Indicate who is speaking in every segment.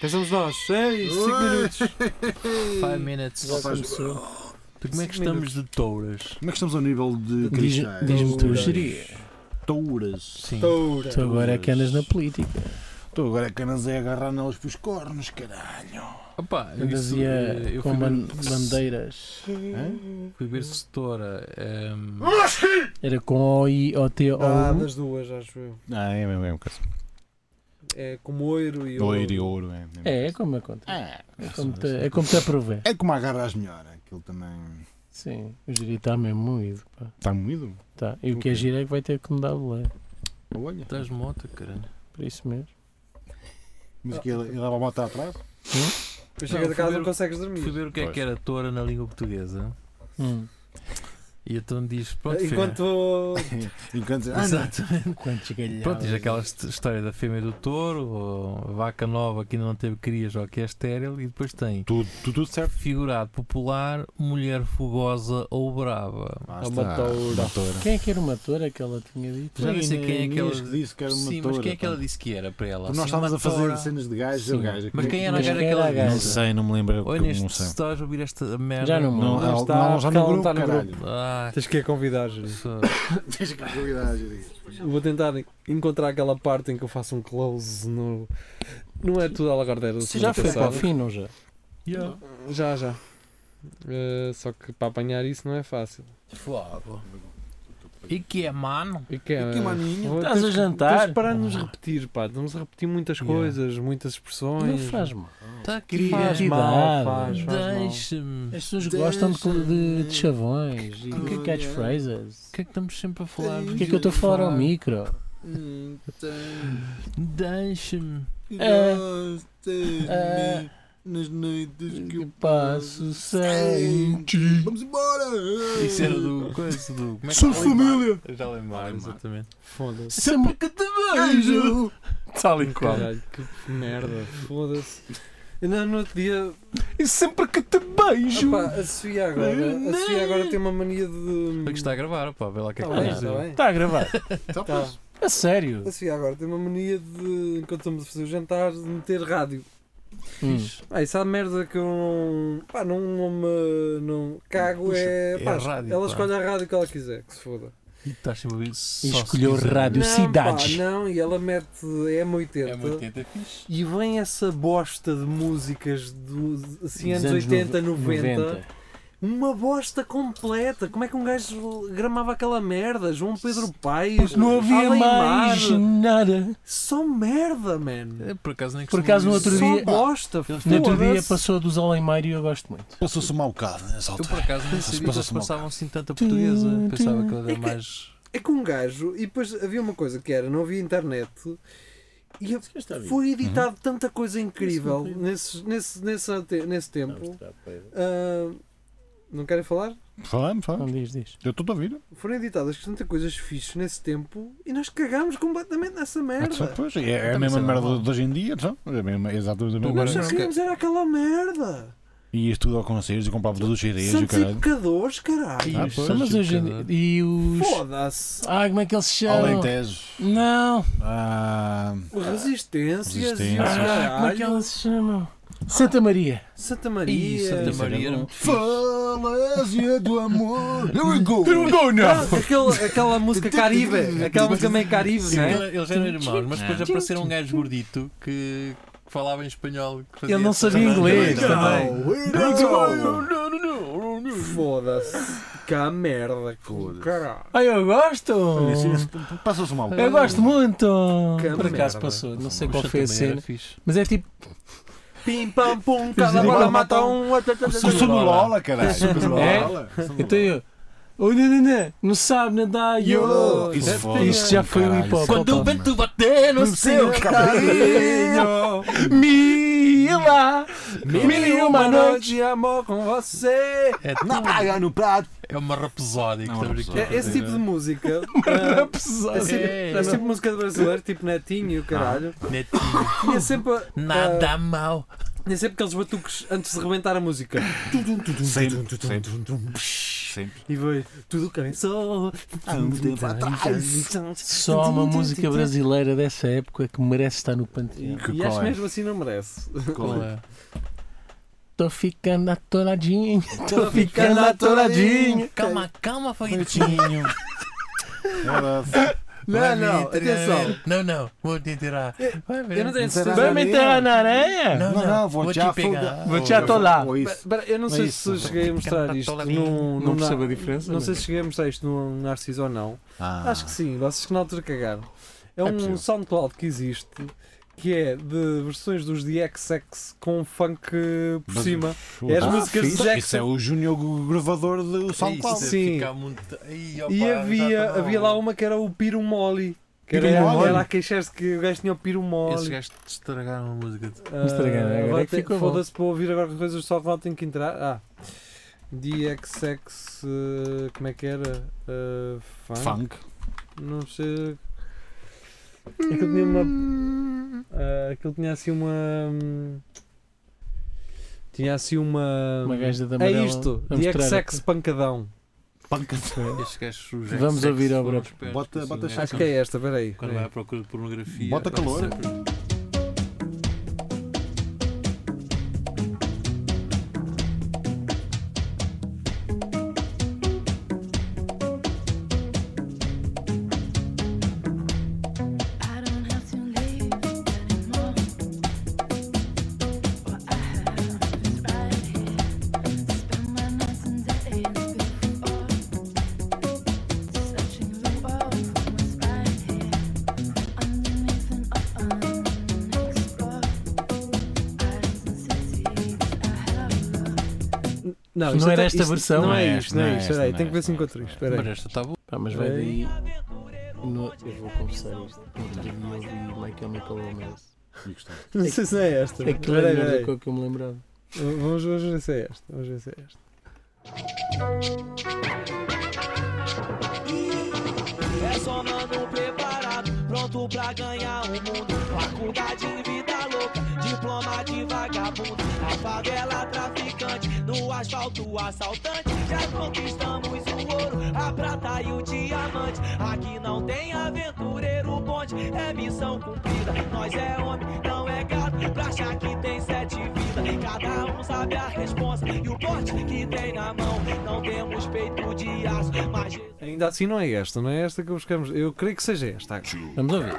Speaker 1: Cá estamos nós. Ei, 5
Speaker 2: Ué.
Speaker 1: minutos.
Speaker 3: 5 minutes.
Speaker 2: Já faz-
Speaker 3: Tu como é que
Speaker 1: Cinco
Speaker 3: estamos de touras?
Speaker 2: Como é que estamos ao nível de
Speaker 4: Diz-
Speaker 2: cristais?
Speaker 4: Diz-me tu,
Speaker 3: Touras.
Speaker 4: geria.
Speaker 2: Touras.
Speaker 3: Sim.
Speaker 1: Toura.
Speaker 4: Tu agora é que andas na política.
Speaker 2: Tu agora é que andas é a agarrar nelas pelos cornos, caralho.
Speaker 3: Opa, eu
Speaker 4: Andas
Speaker 3: isso,
Speaker 4: e a-
Speaker 3: eh, eu
Speaker 4: com
Speaker 3: fui
Speaker 4: ban-
Speaker 3: ver-
Speaker 4: bandeiras.
Speaker 3: Fui ver setora. ehm,
Speaker 4: Era com O, I, O, T, O.
Speaker 1: Ah,
Speaker 4: U.
Speaker 1: das duas, acho eu.
Speaker 2: Ah, é mesmo, é um caso.
Speaker 1: É como oiro e
Speaker 2: Ouro e ouro, é. mesmo.
Speaker 4: É, é como acontece.
Speaker 2: Ah,
Speaker 4: É como te, é como te aprover.
Speaker 2: É como agarras melhor, aquilo também.
Speaker 4: Sim, o geria está mesmo moído. pá.
Speaker 2: Está moído?
Speaker 4: Tá. E o que é giro é que vai ter que mudar de lei.
Speaker 2: Olha.
Speaker 3: Estás de moto, caralho.
Speaker 4: Por isso mesmo.
Speaker 2: Mas que ele, ele dava a moto atrás?
Speaker 1: Depois chegas
Speaker 3: Não,
Speaker 1: a casa
Speaker 3: fui
Speaker 1: não
Speaker 3: ver-
Speaker 1: consegues
Speaker 3: Fui
Speaker 1: dormir.
Speaker 3: ver o que é
Speaker 2: Pois.
Speaker 3: que era toura na língua portuguesa.
Speaker 4: Hum.
Speaker 3: E então diz, pronto, fêmea.
Speaker 1: Enquanto.
Speaker 2: Enquanto. Ah, não.
Speaker 3: Exatamente.
Speaker 4: Quantos galhados.
Speaker 3: Pronto, diz aquela hist- história da fêmea do touro, ou a vaca nova que ainda não teve crias ou que é estéril, e depois tem
Speaker 2: Tudo, tudo, tudo certo.
Speaker 3: figurado popular, mulher fogosa ou brava.
Speaker 2: Ah,
Speaker 1: É uma
Speaker 2: está.
Speaker 1: toura.
Speaker 2: Uma toura.
Speaker 4: Quem é que era uma toura que ela tinha dito?
Speaker 3: Já não
Speaker 2: Foi
Speaker 3: sei quem é
Speaker 2: Inês
Speaker 3: que ela-
Speaker 2: que disse que era uma
Speaker 3: Sim,
Speaker 2: toura.
Speaker 3: mas quem é que
Speaker 2: pá.
Speaker 3: ela disse que era para ela?
Speaker 2: Porque nós
Speaker 3: Assim, uma
Speaker 2: estávamos a fazer
Speaker 3: toura.
Speaker 2: cenas de gajo,
Speaker 4: Sim.
Speaker 2: o gajo. é
Speaker 3: Mas quem era a
Speaker 4: Mas
Speaker 3: gaja
Speaker 4: quem
Speaker 3: que
Speaker 4: era
Speaker 3: ela
Speaker 4: a gaja?
Speaker 3: disse?
Speaker 5: Não sei, não me lembro.
Speaker 3: Oi,
Speaker 5: Não
Speaker 3: neste
Speaker 5: sei.
Speaker 3: estás a ouvir esta merda.
Speaker 4: Já não me
Speaker 2: Não,
Speaker 4: lembro.
Speaker 2: ela,
Speaker 1: está,
Speaker 2: não, ela já
Speaker 1: porque ela
Speaker 2: no
Speaker 1: não
Speaker 2: grupo,
Speaker 1: está no
Speaker 2: caralho.
Speaker 3: Ah,
Speaker 1: Tens que a convidar, Júlio.
Speaker 3: isso-
Speaker 2: Tens que cuidar, Júlio.
Speaker 1: Vou tentar encontrar aquela parte em que eu faço um close no. Não é tudo a lagardeira. da
Speaker 4: Você já
Speaker 1: semana
Speaker 4: foi para o
Speaker 1: passada.
Speaker 4: fim, não já?
Speaker 1: Já, já. Eh, só que para apanhar isso não é fácil.
Speaker 3: Fogo. E que é mano?
Speaker 1: E que é,
Speaker 2: Aqui, maninho.
Speaker 1: vou-
Speaker 4: Estás
Speaker 1: tens-
Speaker 4: a jantar?
Speaker 1: Tens de parar de nos repetir, pá. Estamos a repetir muitas
Speaker 3: Yeah.
Speaker 1: coisas, muitas expressões.
Speaker 4: Não faz mal.
Speaker 3: Tá
Speaker 1: Faz
Speaker 4: Que
Speaker 1: mal,
Speaker 4: idade.
Speaker 1: faz, faz mal.
Speaker 3: Deixa-me.
Speaker 4: As pessoas gostam de, de, de chavões e
Speaker 2: Que-
Speaker 4: de catchphrases.
Speaker 3: O que é que estamos sempre a falar?
Speaker 4: O que é que eu estou a falar ao micro?
Speaker 3: Deixa-me.
Speaker 4: É.
Speaker 2: Gosta-me
Speaker 4: É.
Speaker 2: nas noites que
Speaker 4: Que
Speaker 2: eu
Speaker 4: passo sem ti.
Speaker 2: Vamos embora!
Speaker 3: Isso era do. Coisa do. Como é que
Speaker 2: Sou
Speaker 3: é? Alemar.
Speaker 2: família!
Speaker 3: Já lembro,
Speaker 2: Alemar.
Speaker 3: exatamente.
Speaker 1: Foda-se.
Speaker 4: é Sempre que te beijo. Tal e
Speaker 1: Caralho, que merda. Foda-se. Ainda no outro dia.
Speaker 4: E é sempre que te beijo.
Speaker 1: Opa, a Sofia agora. A Sofia agora tem uma mania de.
Speaker 3: Foi é que está a gravar, pá, vê lá o que é que
Speaker 1: Tá bem,
Speaker 3: vais
Speaker 1: tá
Speaker 3: dizer.
Speaker 1: bem.
Speaker 4: Está a gravar.
Speaker 1: Tá.
Speaker 2: Tá, pois.
Speaker 4: A sério.
Speaker 1: A Sofia agora tem uma mania de, enquanto estamos a fazer o jantar, de meter rádio.
Speaker 4: Hum.
Speaker 1: Ah, isso há merda que eu não. pá, não, não me. não cago é.
Speaker 3: Puxa, é
Speaker 1: pá,
Speaker 3: a rádio,
Speaker 1: ela
Speaker 3: pá.
Speaker 1: escolhe a rádio que ela quiser, que se foda.
Speaker 3: E estás sempre a ouvir. só
Speaker 4: E
Speaker 3: se
Speaker 4: escolheu
Speaker 3: quiser.
Speaker 4: rádio
Speaker 1: não,
Speaker 4: Cidades.
Speaker 1: Pá, não, e ela mete M80.
Speaker 3: É muito tempo, é fixe.
Speaker 1: E vem essa bosta de músicas do, assim,
Speaker 4: Dos
Speaker 1: anos 80,
Speaker 4: no-
Speaker 1: 90, Uma bosta completa. Como é que um gajo gramava aquela merda? João Pedro Paes.
Speaker 4: Porque não havia
Speaker 1: Além
Speaker 4: mais
Speaker 1: Mar.
Speaker 4: nada.
Speaker 1: Só merda, man.
Speaker 3: É, Por acaso nem
Speaker 4: Por
Speaker 3: costumo
Speaker 4: acaso no
Speaker 3: ouvir
Speaker 4: outro
Speaker 3: isso.
Speaker 1: Só
Speaker 4: dia-
Speaker 1: bosta.
Speaker 4: No outro
Speaker 1: foda-se.
Speaker 4: dia passou dos Alemar e eu gosto muito.
Speaker 2: Passou-se um mau bocado nessa
Speaker 3: Eu por
Speaker 2: altura.
Speaker 3: acaso nem
Speaker 2: Se
Speaker 3: sabia que
Speaker 2: passa-se
Speaker 3: eles
Speaker 2: mal.
Speaker 3: passavam assim tanta portuguesa. Pensava que ela
Speaker 1: É
Speaker 3: era
Speaker 1: que-
Speaker 3: mais.
Speaker 1: É que um gajo. E depois havia uma coisa que era: não havia internet. E foi
Speaker 4: Uhum.
Speaker 1: editado tanta coisa incrível nesse, nesse, nesse, te- nesse tempo. Ah, não querem falar?
Speaker 2: Falamos,
Speaker 4: Não
Speaker 2: falamos.
Speaker 4: diz, diz.
Speaker 2: Eu estou a ouvir.
Speaker 1: Foram editadas tanta coisas fixas nesse tempo e nós cagámos completamente nessa merda.
Speaker 2: Pois, é, é a
Speaker 3: Também
Speaker 2: mesma
Speaker 3: sei lá,
Speaker 2: merda
Speaker 3: mano.
Speaker 2: de hoje em dia, não? É a mesma- exatamente a mesma
Speaker 3: Agora
Speaker 1: Nós
Speaker 2: merda.
Speaker 1: só
Speaker 3: não
Speaker 1: queríamos era aquela merda.
Speaker 2: Ias tudo ao concerto e comprava todos os CDs e o
Speaker 1: Santos
Speaker 2: caralho.
Speaker 1: educadores, caralho.
Speaker 3: E
Speaker 2: Ah,
Speaker 3: os
Speaker 2: pois,
Speaker 4: Então, mas hoje em-
Speaker 3: educadores.
Speaker 4: E os.
Speaker 1: Foda-se.
Speaker 4: Ah, como é que eles se chamam?
Speaker 2: Alentejo.
Speaker 4: Não.
Speaker 2: Ah,
Speaker 1: Resistências e os
Speaker 2: Resistências.
Speaker 4: Ah, como é que
Speaker 1: caralho.
Speaker 4: elas se chamam? Santa Maria.
Speaker 1: Santa
Speaker 4: é
Speaker 1: Maria.
Speaker 3: Ih, Santa Maria era muito fixe.
Speaker 2: Falésia do amor. Here we go. Here we go
Speaker 1: Ah, aquele- aquela música caribe. Aquela música meio caribe, não é?
Speaker 3: Ele- Eles eram irmãos, mas depois
Speaker 5: Não.
Speaker 3: apareceram um gajo gordito que que falava em espanhol. que fazia
Speaker 4: Ele não
Speaker 3: essa-
Speaker 4: sabia inglês
Speaker 3: Não,
Speaker 4: também.
Speaker 2: Here
Speaker 3: não, não, não, não, não.
Speaker 1: Foda-se. Que merda.
Speaker 2: Foda-se.
Speaker 1: Caralho.
Speaker 4: Ah, eu gosto! é
Speaker 2: go. Passou-se mal.
Speaker 4: Eu gosto muito!
Speaker 1: Que
Speaker 4: Por acaso
Speaker 1: merda.
Speaker 4: né? passou, não sei
Speaker 3: O
Speaker 4: qual
Speaker 3: Santa
Speaker 4: foi a
Speaker 3: Maria era
Speaker 4: cena.
Speaker 3: fixe.
Speaker 4: Mas é tipo.
Speaker 1: Pim pam pum, cada bola mata um.
Speaker 2: Eu sou no Lola, caralho. Sou no
Speaker 4: É?
Speaker 2: Lola.
Speaker 4: Então eu. Oh, não, não, não, não sabe nadar! Yo.
Speaker 1: Yo.
Speaker 2: Isso
Speaker 1: foda-se,
Speaker 4: Isso já foi um o hip hop.
Speaker 3: Quando o vento bater no seu
Speaker 1: Carinho,
Speaker 4: Mila! Mil e uma noite!
Speaker 1: de amor com você.
Speaker 3: É,
Speaker 2: Na praia, no prato.
Speaker 3: é uma tá rapesódia que
Speaker 2: Não,
Speaker 3: estamos aqui.
Speaker 2: rapesódia.
Speaker 1: É, esse tipo de música. ah, é
Speaker 4: Apesar-
Speaker 1: sempre,
Speaker 3: É,
Speaker 1: é sempre música de brasileiro, tipo netinho e o caralho.
Speaker 3: Netinho.
Speaker 1: E é sempre. ah,
Speaker 3: Nada mal.
Speaker 1: E é sempre aqueles batuques antes de rebentar a música.
Speaker 2: Sempre. sempre.
Speaker 5: sempre.
Speaker 1: E foi tudo começou
Speaker 5: Há um tempo atrás.
Speaker 4: Só uma música brasileira dessa época que merece estar no panteão.
Speaker 5: Que
Speaker 1: E acho
Speaker 5: qual
Speaker 1: que
Speaker 5: é?
Speaker 1: mesmo assim não merece.
Speaker 5: Qual é?
Speaker 4: Tô ficando atoladinho, tô ficando
Speaker 1: ficando
Speaker 4: atoladinho.
Speaker 3: Calma, calma,
Speaker 2: Tinho. Era
Speaker 1: assim. Não, não, atenção.
Speaker 3: Não, não, vou te tirar. Vai,
Speaker 1: Eu não tenho certeza.
Speaker 4: Vai me enterrar na areia?
Speaker 2: Não, não, vou te afogar.
Speaker 4: Vou te atolar.
Speaker 2: Ou
Speaker 1: Pera-
Speaker 2: isso.
Speaker 1: pera, Eu não sei se cheguei a mostrar isto num. num-
Speaker 4: diferença.
Speaker 1: Não sei se cheguei a mostrar isto num Narciso ou não.
Speaker 5: Ah,
Speaker 1: Acho que sim, vocês que na altura cagaram. É, um
Speaker 5: possível.
Speaker 1: SoundCloud que existe que é de versões dos DXX com funk eh, por
Speaker 2: Mas-
Speaker 1: cima. É as
Speaker 2: Ah,
Speaker 1: músicas de
Speaker 2: fixe.
Speaker 1: Jackson.
Speaker 2: Isso é o Júnior gravador do SoundCloud.
Speaker 1: um
Speaker 3: é
Speaker 1: Sim. E
Speaker 3: tá
Speaker 1: havia, havia lá uma que era o Pirumoli. Que era,
Speaker 2: Pirumoli?
Speaker 1: era a queixar-se que o gajo tinha o
Speaker 3: Esses
Speaker 1: Pirumoli.
Speaker 3: gajos te estragaram a música. de-
Speaker 1: Ah,
Speaker 4: estragaram, agora é
Speaker 1: agora
Speaker 4: que
Speaker 1: tem-
Speaker 4: ficou bom.
Speaker 1: foda-se para ouvir agora coisas do SoundCloud tenho que entrar. Ah. DXX. eh, como é que era? Eh, funk?
Speaker 2: Funk.
Speaker 1: Não sei. Aquilo É tinha uma. ah, aquilo tinha assim uma. hum, Tinha assim uma.
Speaker 4: Uma gaja de
Speaker 1: é
Speaker 4: amarelo
Speaker 1: isto,
Speaker 4: a mostrar
Speaker 1: DXX Pancadão.
Speaker 2: Punk.
Speaker 3: Esses gajos sujos.
Speaker 4: Vamos
Speaker 3: sexo,
Speaker 4: ouvir a obra.
Speaker 3: foram os pés,
Speaker 2: Bota-
Speaker 3: assim,
Speaker 2: bota
Speaker 3: né?
Speaker 1: Acho que é esta, peraí.
Speaker 3: Quando vai à procura de pornografia.
Speaker 2: Bota
Speaker 3: vai
Speaker 2: calor.
Speaker 3: sempre-
Speaker 6: I don't have to leave anymore. What I have is right here. Spend my nights and days before searching the world for what's right here, underneath and unexplored. Eyes and cities I have lost.
Speaker 1: Não,
Speaker 4: Não
Speaker 1: isto
Speaker 4: era
Speaker 1: até-
Speaker 4: esta
Speaker 1: isto-
Speaker 4: versão.
Speaker 1: Não é
Speaker 2: Não é
Speaker 1: isto, não é
Speaker 2: esta,
Speaker 1: isto. Peraí,
Speaker 2: não é
Speaker 1: tenho que ver
Speaker 2: esta,
Speaker 1: se
Speaker 2: não é
Speaker 1: encontro isto.
Speaker 2: esta.
Speaker 3: Mas
Speaker 1: Peraí.
Speaker 3: esta está boa.
Speaker 4: Pá, mas vai daí.
Speaker 1: Ei.
Speaker 4: No- eu vou confessar isto. No outro dia ouvi My Chemical Romance.
Speaker 1: Não sei se não é esta.
Speaker 4: Aquilo era a
Speaker 1: Peraí,
Speaker 4: melhor
Speaker 1: peraí.
Speaker 4: coisa que eu me lembrava.
Speaker 1: Vamos vamos ver se é esta. Vamos ver se é esta.
Speaker 7: É só mano preparado, pronto pra ganhar o mundo. Faculdade em vida louca, diploma de vagabundo. Na favela traficante, no asfalto assaltante. Já conquistamos o ouro, a prata e o diamante. Aqui não tem aventureiro bonde, é missão cumprida. Nós é homem, não é gato, pra achar que tem sete vidas. Cada um sabe a responsa e o porte que tem na mão. Não temos peito de aço, mas...
Speaker 1: Ainda assim não é esta, não é esta que buscamos. Eu creio que seja esta.
Speaker 4: Vamos ouvir.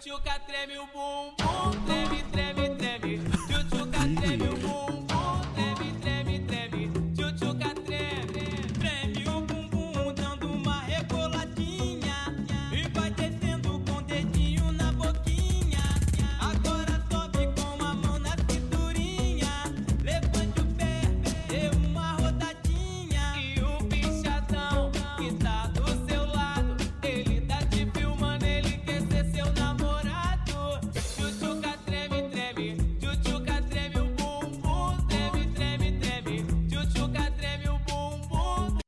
Speaker 7: Tchutchuca treme o bumbum, treme, treme, treme. Tchutchuca treme o bumbum, treme, treme, treme. Tchutchuca treme, treme o bumbum, dando uma reboladinha. E vai descendo com o dedinho na boquinha. Agora sobe com a mão na cinturinha. Levante o pé, dê uma rodadinha. E o bichadão que tá do seu lado, ele tá te filmando, ele quer ser seu namorado. Tchutchuca treme, treme, tchutchuca treme o bumbum, treme, treme, treme. Tchutchuca treme o bumbum,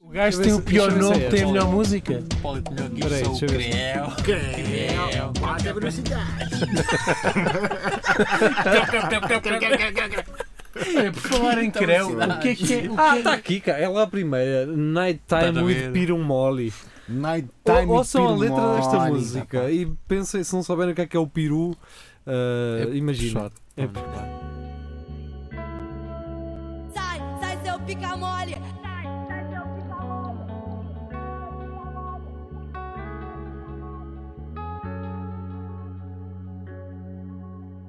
Speaker 4: O gajo tem o pior
Speaker 1: Deixa eu ver se
Speaker 4: nome,
Speaker 1: é
Speaker 4: tem a
Speaker 1: esta.
Speaker 4: melhor música.
Speaker 3: Hipólito Melhor que
Speaker 1: Peraí,
Speaker 3: eu sou
Speaker 1: deixa eu ver.
Speaker 3: Creu. Creu.
Speaker 2: Bate a velocidade.
Speaker 4: É, por falar em creu, o que é que é? o
Speaker 1: Ah,
Speaker 4: que é-
Speaker 1: está aqui, cara. Ela é a primeira.
Speaker 3: Tá
Speaker 1: Nighttime
Speaker 3: a
Speaker 1: with
Speaker 3: ver.
Speaker 1: Pirumoli.
Speaker 2: Night
Speaker 1: Ou-
Speaker 2: time.
Speaker 1: Ouçam a letra desta
Speaker 2: Pirmoli.
Speaker 1: música e pensem, se não souberem o que é que é o peru, ah,
Speaker 3: É
Speaker 1: imagina.
Speaker 3: puxado.
Speaker 1: É
Speaker 8: Sai, sai seu pica mole. Sai, sai seu pica mole.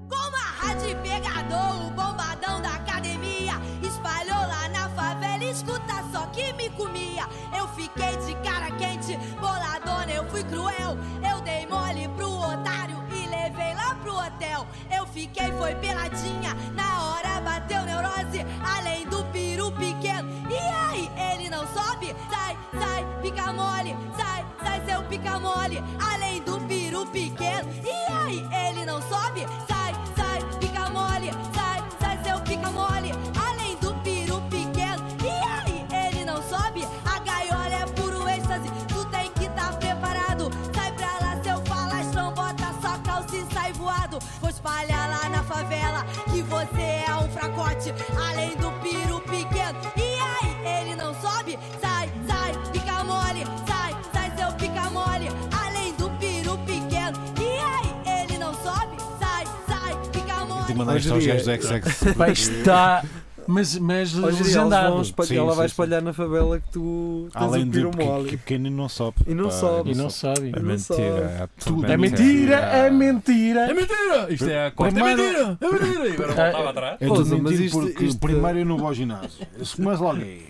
Speaker 8: Como a rádio pegador, o bombadão da academia, espalhou lá na favela, escuta só que me comia. Eu fiquei de cara quente, boladona, eu fui cruel. Eu dei mole pro otário e levei lá pro hotel. Eu fiquei, foi peladinha, na hora bateu neurose, além do peru pequeno. E aí, ele não sobe? Sai, sai, pica mole, sai, sai seu pica mole, além do peru pequeno. E aí, ele não sobe? Sai, sai, pica mole, sai, sai seu pica mole, além do peru pequeno. E aí, ele não sobe? A gaiola é puro êxtase, tu tem que tá preparado. Sai pra lá, seu falastrão, bota só calça e sai voado. Vou espalhar lá na favela que você é um fracote, além do peru pequeno. E aí, ele não sobe? Sai
Speaker 5: de mandar isto aos
Speaker 1: Hoje
Speaker 5: gajos do
Speaker 1: dia-
Speaker 5: XX.
Speaker 4: Vai estar. Mas, mas
Speaker 1: Hoje em dia eles vão
Speaker 4: legendado.
Speaker 1: espalhar-
Speaker 5: Sim,
Speaker 1: ela vai
Speaker 5: sim,
Speaker 1: espalhar na favela que tu tens
Speaker 5: Além
Speaker 1: o
Speaker 5: de que, que
Speaker 1: piromole.
Speaker 5: pequenino não sobe.
Speaker 1: E não
Speaker 5: pá,
Speaker 1: sobe.
Speaker 4: E não sabem.
Speaker 5: É
Speaker 1: não sobe.
Speaker 5: mentira. absolutamente
Speaker 4: É mentira, é
Speaker 3: É
Speaker 4: mentira.
Speaker 3: mentira! Isto é a quarta.
Speaker 4: Primeiro-
Speaker 3: É mentira! É mentira! E agora voltava atrás.
Speaker 2: Eu
Speaker 1: Ouça,
Speaker 2: estou a
Speaker 1: mas
Speaker 2: mentir
Speaker 1: isto-
Speaker 2: porque
Speaker 1: isto-
Speaker 2: primeiro eu não vou ao ginásio. Isso começa logo aí.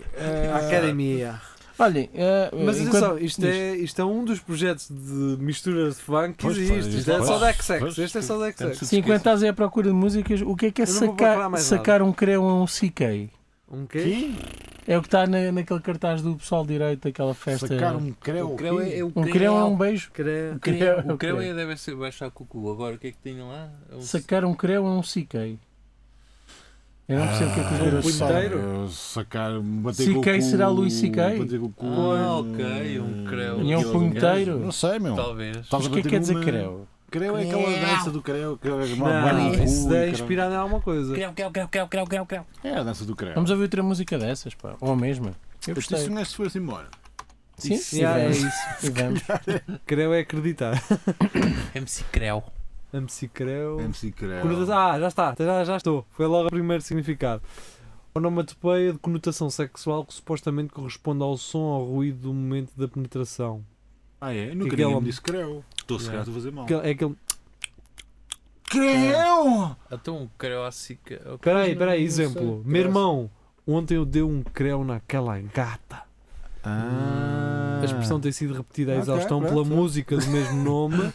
Speaker 1: A
Speaker 2: Ah.
Speaker 1: Academia.
Speaker 4: Olhem, eh,
Speaker 1: Mas
Speaker 4: enquanto-
Speaker 1: atenção, isto é, isto é um dos projetos de mistura de funk que
Speaker 5: Pois, pá,
Speaker 1: existe. Isto é
Speaker 5: pois,
Speaker 1: só da
Speaker 5: pois,
Speaker 1: XX. Este é só da XX.
Speaker 4: Sim, enquanto estás aí à procura de músicas, o que é que é
Speaker 1: Eu não vou procurar
Speaker 4: sacar,
Speaker 1: mais
Speaker 4: sacar um creu a um CK?
Speaker 1: Um quê?
Speaker 4: É o que está na, naquele cartaz do pessoal direito daquela festa.
Speaker 2: Sacar um creu. aqui.
Speaker 4: Um creu é um beijo.
Speaker 1: Cre-
Speaker 3: O creu,
Speaker 4: O
Speaker 3: o creu
Speaker 4: creu.
Speaker 3: é deve ser baixar cucu. Agora o que é que tinha lá? É um-
Speaker 4: Sacar um creu a um CK. Eu não percebo o que é que os gajos
Speaker 1: punho
Speaker 4: sabem.
Speaker 1: inteiro?
Speaker 2: Eu Sacar, bater
Speaker 4: CK
Speaker 2: com o cu,
Speaker 4: será Luís CK?
Speaker 2: bater com o cu.
Speaker 3: Ah, ok, um creu.
Speaker 4: E é um punho inteiro?
Speaker 2: Não sei, meu.
Speaker 3: Talvez.
Speaker 2: Estás
Speaker 4: Mas
Speaker 2: a
Speaker 4: o que é que
Speaker 2: bater
Speaker 4: quer dizer
Speaker 2: numa-
Speaker 4: creu?
Speaker 2: Creu é aquela dança do creu. creu é que vai no
Speaker 1: Não,
Speaker 2: cu
Speaker 1: isso
Speaker 2: e
Speaker 1: é
Speaker 2: caralho.
Speaker 1: inspirado em alguma coisa.
Speaker 3: Creu, creu, creu, creu, creu, creu, creu.
Speaker 2: É a dança do creu.
Speaker 4: Vamos ouvir outra música dessas, pá. Ou a mesma.
Speaker 2: Isto se
Speaker 4: Eu gostei.
Speaker 2: um gajo se fosse embora.
Speaker 4: Sim, e
Speaker 1: Yeah, é
Speaker 4: vamos.
Speaker 1: isso.
Speaker 4: E vamos.
Speaker 1: Creu é acreditar.
Speaker 3: MC Creu.
Speaker 1: MC Creu.
Speaker 2: MC creu.
Speaker 1: Conotação- Ah, já está, já, já estou. Foi logo o primeiro significado. Onomatopeia de conotação sexual que supostamente corresponde ao som ou ruído do momento da penetração.
Speaker 2: Ah, é? Eu Nunca
Speaker 1: Aquele-
Speaker 2: ninguém me disse creu. Estou se calhar estou a fazer mal.
Speaker 1: Aquele- É aquele.
Speaker 2: Creu!
Speaker 3: Então um creu assim. que- ok,
Speaker 1: Peraí,
Speaker 3: não-
Speaker 1: peraí,
Speaker 3: não
Speaker 1: exemplo.
Speaker 3: sei.
Speaker 1: Meu irmão, ontem eu dei um creu naquela gata.
Speaker 2: Ah.
Speaker 1: A expressão tem sido repetida à
Speaker 2: Ok,
Speaker 1: exaustão pela
Speaker 2: pronto.
Speaker 1: música do mesmo nome,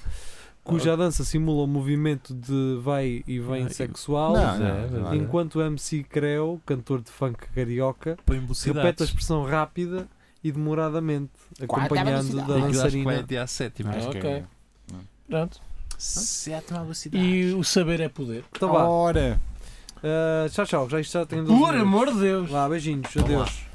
Speaker 1: cuja dança simula o movimento de vai e vem
Speaker 3: Ah,
Speaker 1: sexual.
Speaker 2: Não,
Speaker 3: é,
Speaker 2: não, não,
Speaker 3: olha.
Speaker 1: Enquanto MC Creu, cantor de funk carioca,
Speaker 3: Põe
Speaker 1: repete a
Speaker 3: velocidades.
Speaker 1: expressão rápida e demoradamente, acompanhando da
Speaker 3: Aquilo acho que vai
Speaker 1: dançarina.
Speaker 3: até à sétima.
Speaker 1: Ah,
Speaker 2: Acho que é.
Speaker 4: Ok. Pronto.
Speaker 3: Sétima velocidade.
Speaker 4: E o saber é poder.
Speaker 1: Então vá.
Speaker 2: Ora!
Speaker 1: Ah, tchau, tchau. Já isto já tem dois
Speaker 4: Por
Speaker 1: minutos.
Speaker 4: amor de Deus!
Speaker 1: Vá, beijinhos. Adeus.